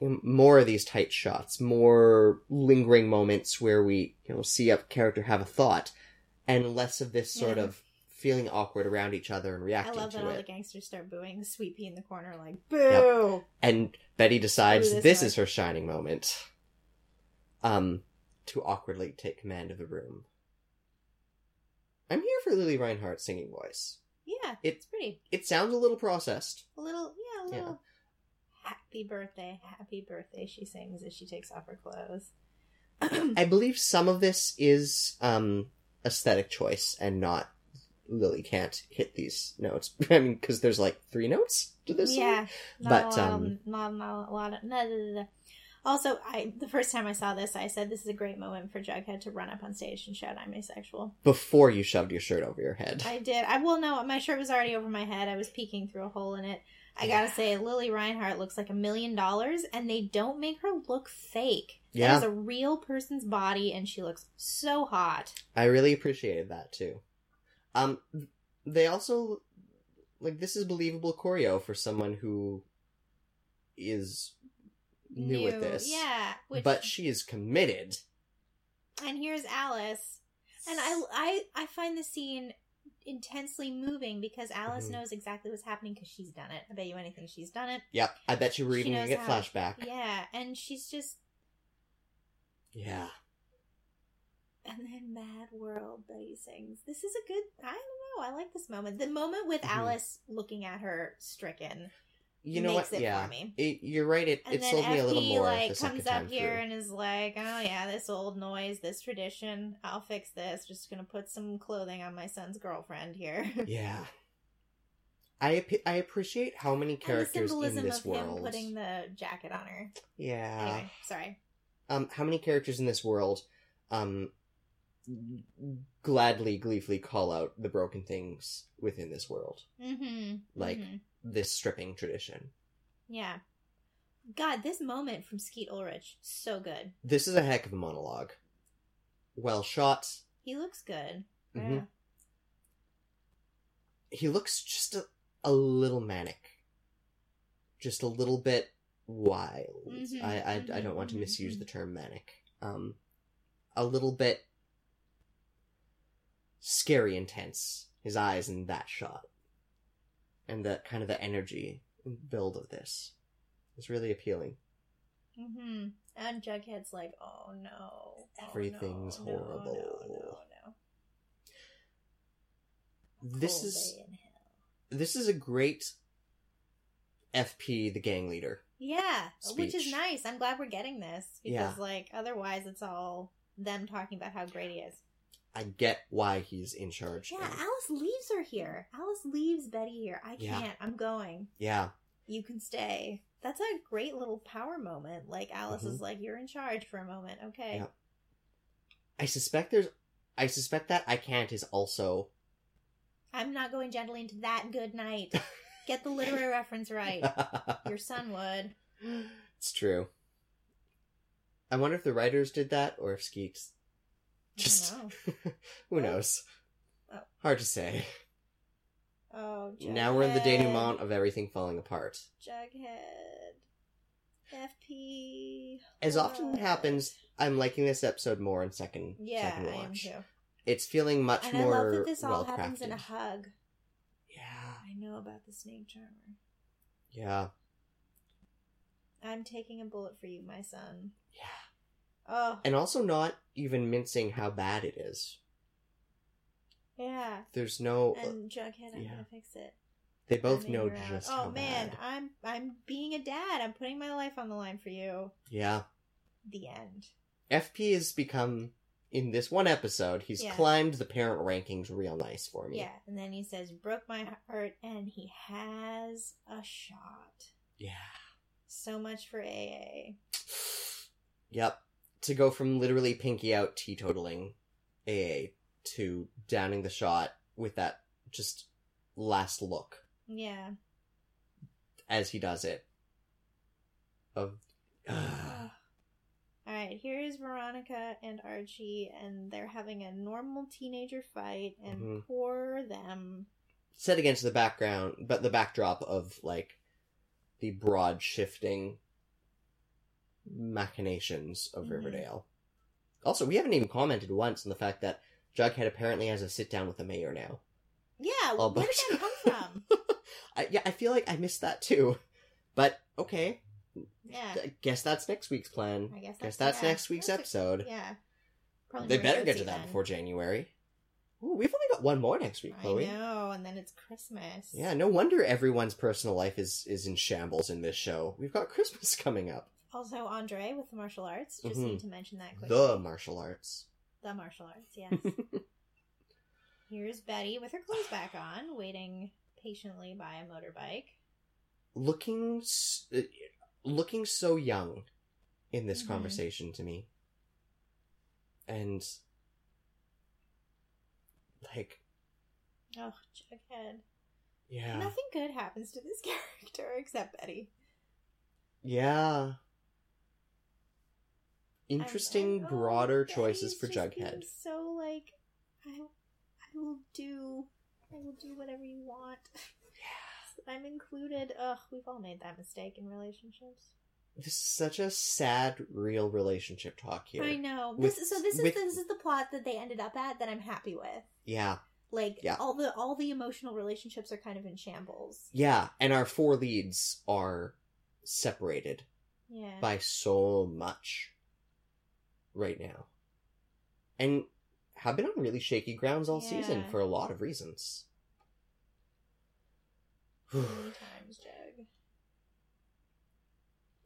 m- more of these tight shots, more lingering moments where we, you know, see a character have a thought and less of this sort
Yeah.
of feeling awkward around each other and
I
reacting
love that
to
all
it.
the gangsters start booing. Sweet Pea in the corner, like, boo!
Boo.
and Betty decides
Ooh,
this,
this one.
is her shining moment. Um, to awkwardly take command of the room. I'm here for Lily Reinhardt's singing voice.
Yeah,
It-
it's pretty.
It sounds a little processed.
A little, yeah, a
Yeah.
little. Happy birthday, happy birthday, she sings as she takes off her clothes.
I believe some of this is um aesthetic choice and not Lily can't hit these notes. I mean, because there's like three notes to this. song.
yeah not
But,
a lot,
um,
not, not a lot of, no, no, no, no. also i the first time i saw this i said this is a great moment for jughead to run up on stage and shout i'm asexual
Before you shoved your shirt over your head.
i did i will know my shirt was already over my head i was peeking through a hole in it i gotta say lily reinhart looks like a million dollars and they don't make her look fake
Yeah.
that is a real person's body and she looks so hot
I really appreciated that too. Um, they also like this is believable choreo for someone who is new, at this.
yeah which,
but she is committed.
and here's alice And I, I, I find the scene intensely moving because Alice
Mhm.
knows exactly what's happening because she's done it. I bet you anything she's done it.
Yep, I bet you were
She
even gonna
knows
get
how-
flashback. Yeah.
Yeah, and she's just, and then Mad World Betty sings. This is a good. I don't know. I like this moment. The moment with
Mhm.
Alice looking at her stricken.
You know
makes
what?
it
yeah.
for me.
It, you're right, it,
And
it
then
sold me a little
FP
more
like
the second
comes
time
up here
through.
and is like, "Oh yeah, this old noise, this tradition. I'll fix this. Just gonna put some clothing on my son's girlfriend here."
Yeah. I, ap- I appreciate how many characters
and the
in
symbolism
this
of
world. Ah.
him putting the jacket on her.
yeah.
Anyway, sorry.
um, how many characters in this world um, gladly, gleefully call out the broken things within this world,
Mm-hmm.
like this stripping tradition.
yeah. God, this moment from Skeet Ulrich, so good.
This is a heck of a monologue. Well shot.
He looks good.
Mhm.
Yeah.
He looks just a, a little manic, just a little bit wild.
Mhm,
I, I, I don't
mhm,
want to
mhm,
misuse
mhm.
the term manic. Um, a little bit scary intense his eyes in that shot and the kind of the energy build of this is really appealing
Mm-hmm. And Jughead's like, oh no, oh,
Everything's
no, no,
horrible."
No, no, no.
This
Whole
is
day in hell.
this is a great FP the gang leader.
yeah, which is
Speech.
nice. I'm glad we're getting this because,
Yeah.
like, otherwise it's all them talking about how great he is.
I get why he's in charge.
Yeah,
and-
Alice leaves her here. Alice leaves Betty here. I
Yeah.
can't. I'm going.
yeah.
You can stay. That's a great little power moment. Like Alice is like, "You're in charge for a moment." Okay.
Mm-hmm. Yeah. I suspect there's I suspect that I can't is also
I'm not going gently into that good night. Get the literary reference right. Your son would.
It's true. I wonder if the writers did that or if Skeets just
I don't know.
who knows.
Oh.
Hard to say.
Oh, Jughead.
Now we're in the denouement of everything falling apart.
Jughead. FP.
As often
What?
happens, I'm liking this episode more in second
Yeah,
second
I am
watch.
too.
It's feeling much
And I
more
love that this all
well
happens in a
crafted.
hug.
yeah,
I know about the snake charmer.
yeah,
I'm taking a bullet for you, my son.
yeah.
Oh,
And also not even mincing how bad it is.
yeah.
There's no.
And Jughead, I'm
yeah.
gonna fix it.
they both
I'm in
know
your house.
just
Oh
how
man,
bad.
I'm I'm being a dad. I'm putting my life on the line for you.
Yeah.
The end.
FP has become in this one episode. He's
Yeah.
climbed the parent rankings real nice for me.
Yeah, and then he says, "Broke my heart," and he has a shot.
Yeah.
So much for AA.
Yep. To go from literally pinky out teetotaling AA to downing the shot with that just last look
Yeah.
as he does it. Of.
All right. Here is Veronica and Archie, and they're having a normal teenager fight, and
Mhm.
poor them.
set against the background, but the backdrop of like the broad shifting machinations of
Mhm.
Riverdale. Also, we haven't even commented once on the fact that Jughead apparently has a sit down with the mayor now.
Yeah.
All
where did
bunch.
that come from?
I, yeah, I feel like I missed that too. But okay,
Yeah.
I guess that's next week's plan.
I guess that's,
guess that's
yeah.
next week's
That's a-
episode.
Yeah. Probably
they
more
better get to
juicy
that
then.
before January. Ooh, we've only got one more next week, Chloe.
I know, and then it's Christmas.
Yeah, no wonder everyone's personal life is is in shambles in this show. We've got Christmas coming up.
Also, Andre with the martial arts. Just
Mhm.
need to mention that quickly.
The martial arts.
The martial arts, yes. Here's Betty with her clothes back on, waiting patiently by a motorbike.
Looking s- uh, looking so young in this
Mhm.
conversation to me. And like
Oh, Jughead.
yeah.
Nothing good happens to this character except Betty.
Yeah.
I'm-
Interesting
I'm- oh,
broader choices
Betty's
for
just being
Jughead.
So like, I, I will do, I will do whatever you want. Yeah. I'm included. Ugh, we've all made that mistake in relationships.
This is such a sad real relationship talk here.
I know.
With-
this, so this
with-
is this is the plot that they ended up at that I'm happy with.
Yeah.
Like
Yeah.
all the all the emotional relationships are kind of in shambles.
Yeah, and our four leads are separated
Yeah.
by so much right now. And have been on really shaky grounds all season
Yeah.
for a lot of reasons. Um,
Many times, Jug.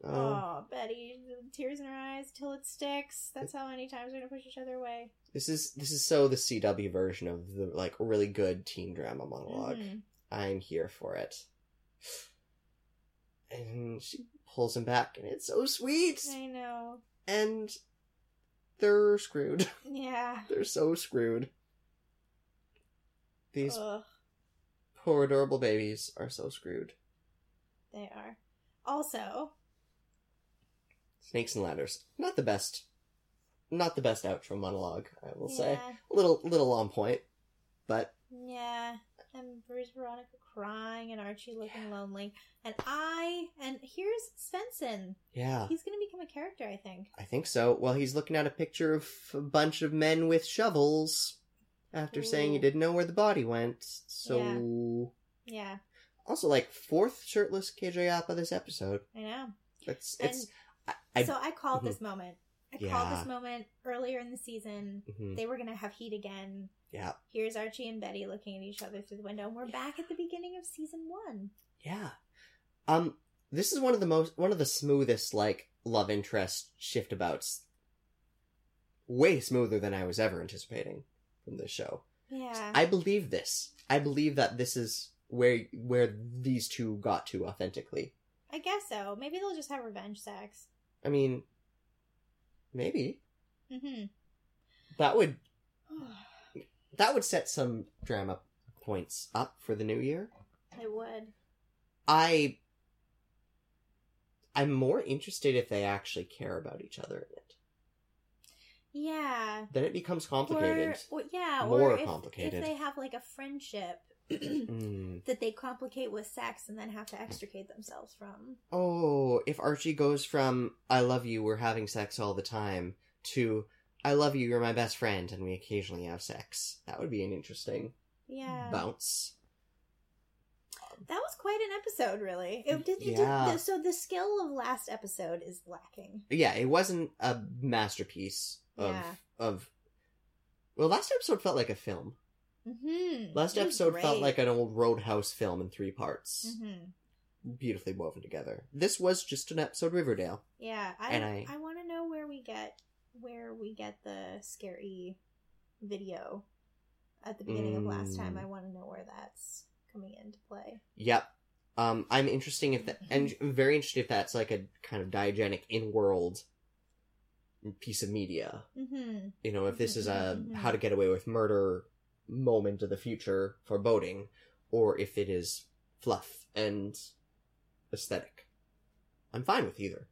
oh,
Oh, Betty, the tears in her eyes till it sticks. That's how many times we're gonna push each other away.
this is this is so the CW version of the like really good teen drama monolog i
Mhm.
I'm here for it. And she pulls him back and it's so sweet
I know.
and they're screwed.
Yeah.
They're so screwed. These
Ugh,
poor adorable babies are so screwed.
they are. Also,
Snakes and ladders. Not the best. Not the best outro monologue, I will say.
yeah,
A little little on point, but
yeah. And Bruce Veronica crying and Archie looking lonely. And I and here's Svensson.
yeah,
He's gonna become a character, I think.
I think so. Well, he's looking at a picture of a bunch of men with shovels after saying he
Ooh.
didn't know where the body went. So
Yeah,
also like fourth shirtless KJ Appa this episode.
I know.
That's
And
it's I, I Mm-hmm.
so I called this moment. I called
Yeah.
this moment earlier in the season.
mhm.
They were gonna have heat again.
Yeah.
Here's Archie and Betty looking at each other through the window, and we're back at the beginning of season one.
Yeah. Um, this is one of the most one of the smoothest like love interest shiftabouts. Way smoother than I was ever anticipating from this show.
Yeah.
I believe this. I believe that this is where where these two got to authentically.
I guess so. Maybe they'll just have revenge sex.
I mean, maybe
Mm
that would
hmm.
that would set some drama points up for the new year.
I would.
I I'm more interested if they actually care about each other in it.
Yeah.
Then it becomes
Or,
complicated.
or- yeah,
More
or if,
complicated.
if they have like a friendship
Mm.
that they complicate with sex and then have to extricate themselves from.
Oh, if Archie goes from I love you, we're having sex all the time to I love you, you're my best friend, and we occasionally have sex. That would be an interesting
Yeah.
Mm. bounce.
That was quite an episode, really. It did, it
Yeah.
did, so the skill of last episode is lacking.
Yeah, it wasn't a masterpiece of
Yeah.
of Well, last episode felt like a film.
Mm-hmm.
Last episode felt like an old roadhouse film in three parts.
Mm-hmm.
beautifully woven together. This was just an episode of Riverdale.
Yeah, I
And
I,
I-
want to know where we get where we get the scary video at the beginning of last time.
Mm.
I want to know where that's coming into play.
Yep. Um, I'm interesting if that, and very interested if that's like a kind of diegetic in-world piece of media.
Mm-hmm.
You know, if this is a
Mhm.
how to get away with murder moment of the future foreboding, or if it is fluff and aesthetic. I'm fine with either.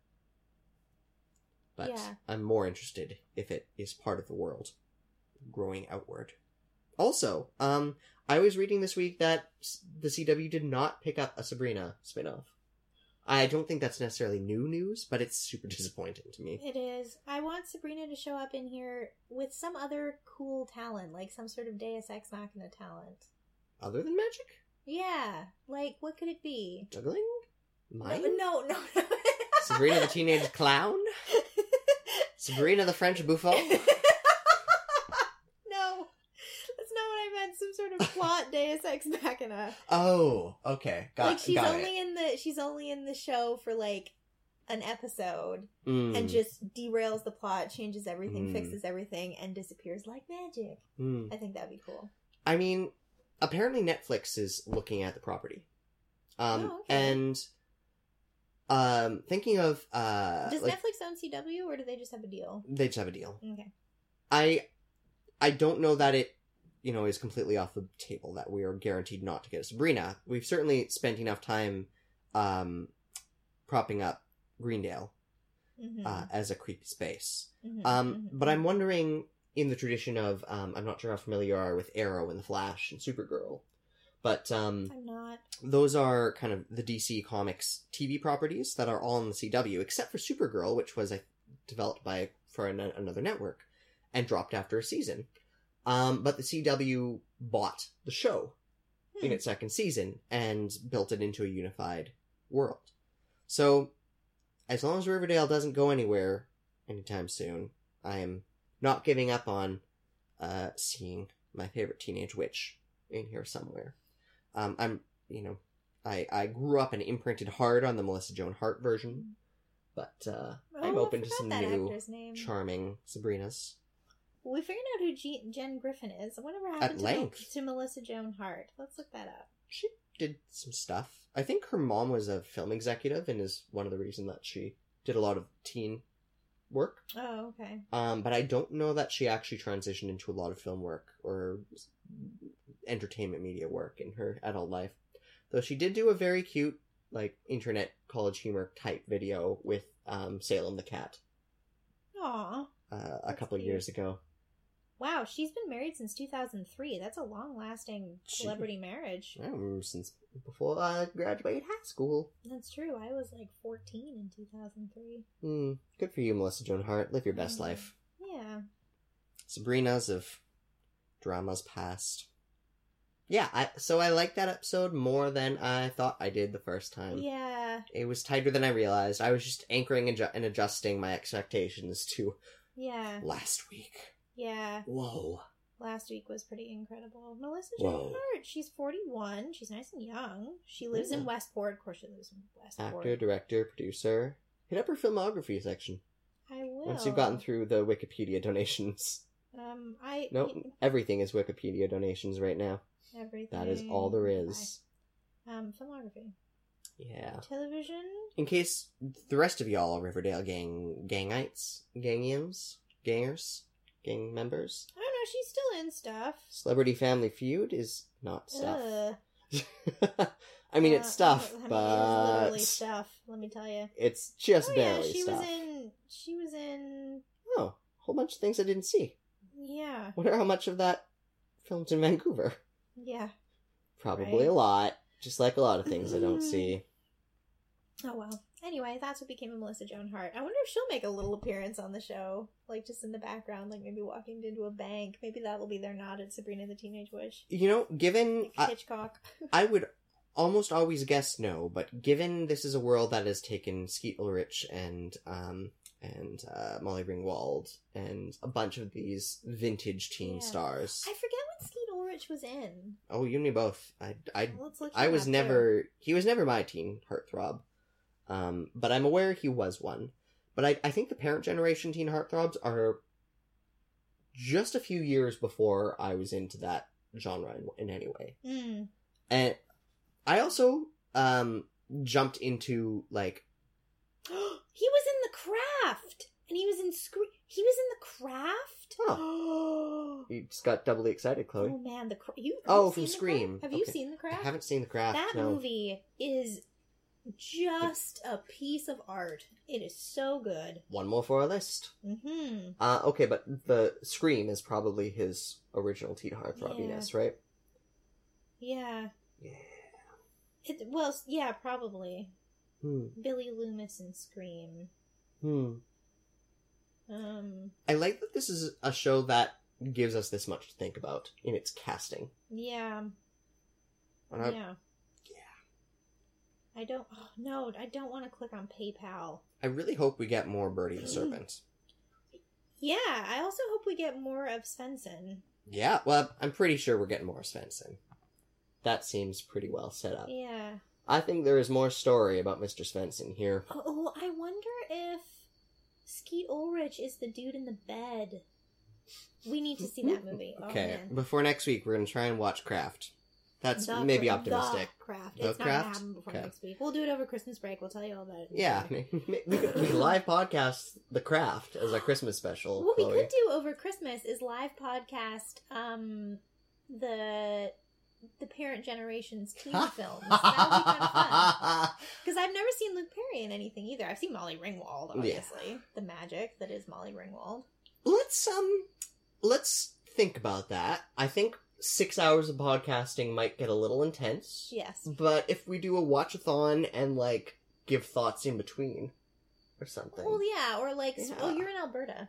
But
Yeah.
I'm more interested if it is part of the world growing outward. Also, um, I was reading this week that s- the CW did not pick up a Sabrina spinoff. I don't think that's necessarily new news, but it's super disappointing to me.
It is. I want Sabrina to show up in here with some other cool talent, like some sort of Deus Ex Machina talent.
Other than magic?
Yeah, like what could it be?
Juggling? Mime?
No, no, no. no.
Sabrina the Teenage Clown? Sabrina the French Buffon?
no, that's not what I meant. Some sort of plot Deus Ex Machina.
Oh, okay. Got,
like she's
got it.
only in the she's only in the show for like an episode
Mm,
and just derails the plot, changes everything,
Mm.
fixes everything, and disappears like magic.
mm.
I think that'd be cool.
I mean, apparently Netflix is looking at the property. Um,
Oh, okay.
and, um, thinking of, uh,
Does
like,
Netflix own CW or do they just have a deal?
they just have a deal.
Okay.
I, I don't know that it, you know, is completely off the table that we are guaranteed not to get a Sabrina. We've certainly spent enough time, um, propping up Greendale,
Mm-hmm.
uh, as a creepy space.
Mhm,
Um,
mhm.
but I'm wondering, in the tradition of, um, I'm not sure how familiar you are with Arrow and The Flash and Supergirl, but um,
I'm not.
those are kind of the DC Comics TV properties that are all in the CW, except for Supergirl, which was like, developed by for an, another network and dropped after a season. Um, but the CW bought the show in
Hmm.
its second season and built it into a unified world. So, as long as Riverdale doesn't go anywhere anytime soon, I am not giving up on uh, seeing my favorite teenage witch in here somewhere. Um, I'm, you know, I, I grew up and imprinted hard on the Melissa Joan Hart version, but uh, I'm
Oh, I
open to
forgot
some
that
new,
actor's name.
charming Sabrinas.
We figured out who G- Jen Griffin is. Whatever happened to,
length.
to Melissa Joan Hart? Let's look that up.
She did some stuff. I think her mom was a film executive and is one of the reason that she did a lot of teen work.
Oh, okay.
Um, but I don't know that she actually transitioned into a lot of film work or entertainment media work in her adult life. Though she did do a very cute, like, internet college humor type video with um, Salem the Cat
Aw.
uh, a
That's
couple
cute.
years ago.
Wow, she's been married since 2003. That's a long lasting
She-
celebrity marriage.
I remember since before I graduated high school.
That's true. I was like 14 in 2003.
Hmm. good for you, Melissa Joan Hart. Live your best life.
Yeah.
Sabrina's of dramas past. Yeah, I, so I like that episode more than I thought I did the first time.
Yeah.
It was tighter than I realized. I was just anchoring and, ju- and adjusting my expectations to
Yeah.
last week.
Yeah.
Whoa.
last week was pretty incredible. Melissa Joan
Whoa.
Hart, she's 41. She's nice and young. She lives in
Yeah.
Westport. Of course, she lives in Westport.
Actor, director, producer. Hit up her filmography section
I will.
once you've gotten through the Wikipedia donations.
Um, I.
Nope, everything is Wikipedia donations right now.
Everything.
That is
Mm,
all there is.
Bye. Um, filmography.
Yeah.
Television.
In case the rest of y'all are Riverdale gang gangites, gangiums, gangers, gang members,
I don't know. She's still in stuff.
Celebrity Family Feud is not stuff.
Ugh.
I mean,
Uh,
it's stuff,
I mean, it is
but
literally stuff. Let me tell you.
it's just
oh yeah,
barely
she
stuff.
was in. She was in.
Oh, a whole bunch of things I didn't see.
Yeah,
Wonder how much of that filmed in Vancouver.
yeah.
Probably
Right. Mm.
a lot, just like a lot of things I don't see.
Oh well. Anyway, that's what became of Melissa Joan Hart. I wonder if she'll make a little appearance on the show, like just in the background, like maybe walking into a bank. Maybe that will be their nod at Sabrina the Teenage Witch,
You know, given uh, I,
like Hitchcock.
I would almost always guess no, but given this is a world that has taken Skeet Ulrich and um and uh, Molly Ringwald and a bunch of these vintage teen
Yeah.
stars.
I forget when Skeet Ulrich was in.
Oh, you and me both. I I
Let's look.
I
him
was
up, too.
never he was never my teen heartthrob. Um, but I'm aware he was one. But I, I think the parent generation teen heartthrobs are just a few years before I was into that genre in, in any way.
Mm.
And I also um jumped into like
he was in The Craft, and he was in Scre- He was in The Craft. Oh.
you just got doubly excited, Chloe.
man, the cra- you. have
Oh,
you
from
seen The
Scream.
Craft? Have you
Okay.
seen the
I
craft?
haven't seen the craft.
That
no.
movie is just a piece of art. It is so good.
One more for our list.
Mm-hmm.
Uh okay, but the Scream is probably his original teen heartthrobiness, right?
Yeah.
Yeah.
It, well, s- yeah, probably.
Hmm.
Billy Loomis and Scream.
Hmm.
Um.
I like that this is a show that gives us this much to think about in its casting.
Yeah.
And I-
yeah. I don't. Oh, no, I don't want to click on PayPal.
I really hope we get more Birdie the Serpent.
Yeah, I also hope we get more of Svensson.
Yeah, well, I'm pretty sure we're getting more Svensson. That seems pretty well set up.
Yeah.
I think there is more story about Mr. Svensson here.
Oh, I wonder if Skeet Ulrich is the dude in the bed. We need to see that movie. Oh,
Okay,
man.
before next week, we're going to try and watch Craft. That's
The
maybe
cra-
optimistic.
The craft.
The
it's not gonna
craft?
happen before
Okay.
next week. We'll do it over Christmas break. We'll tell you all about it.
Yeah, we could, we could live podcast The Craft as our Christmas special.
What we
Chloe.
could do over Christmas is live podcast um the the parent generation's teen films. That would be kind of fun. Because I've never seen Luke Perry in anything either. I've seen Molly Ringwald,
Yeah.
obviously. The magic that is Molly Ringwald.
let's um let's think about that i think six hours of podcasting might get a little intense
Yes.
but if we do a watchathon and like give thoughts in between or something
Well, yeah, or like, s-
Yeah.
oh, you're in Alberta.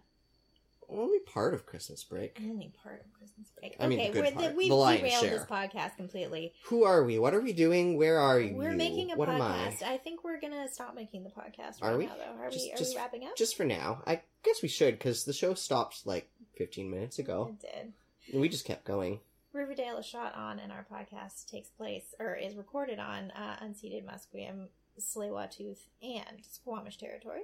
only part of christmas break
Only part of Christmas break.
I mean, the good
we're,
part.
we've
The lion's
derailed
share.
this podcast completely.
who are we what are we doing where are you
We're making a
what am I?
podcast. I? think we're gonna stop making the podcast.
Are
right
we?
Now, though, are
Just-
we? Are
just-
we wrapping up?
just for now i guess we should because the show stopped like 15 minutes ago
It did.
and we just kept going
Riverdale is shot on, and our podcast takes place or is recorded on uh, unceded Musqueam, tsleil and Squamish territory.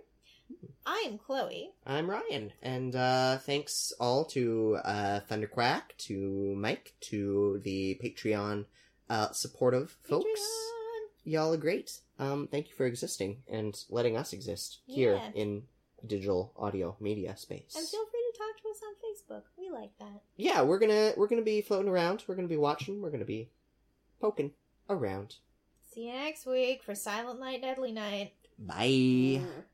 I am Chloe.
I'm Ryan, and uh, thanks all to uh, Thunderquack, to Mike, to the Patreon uh, supportive folks.
Patreon.
Y'all are great. Um, thank you for existing and letting us exist here
Yeah.
in digital audio media space.
And feel free to talk to us on Facebook. We like that.
yeah, we're gonna we're gonna be floating around. We're gonna be watching. We're gonna be poking around.
See you next week for Silent Night, Deadly Night.
Bye.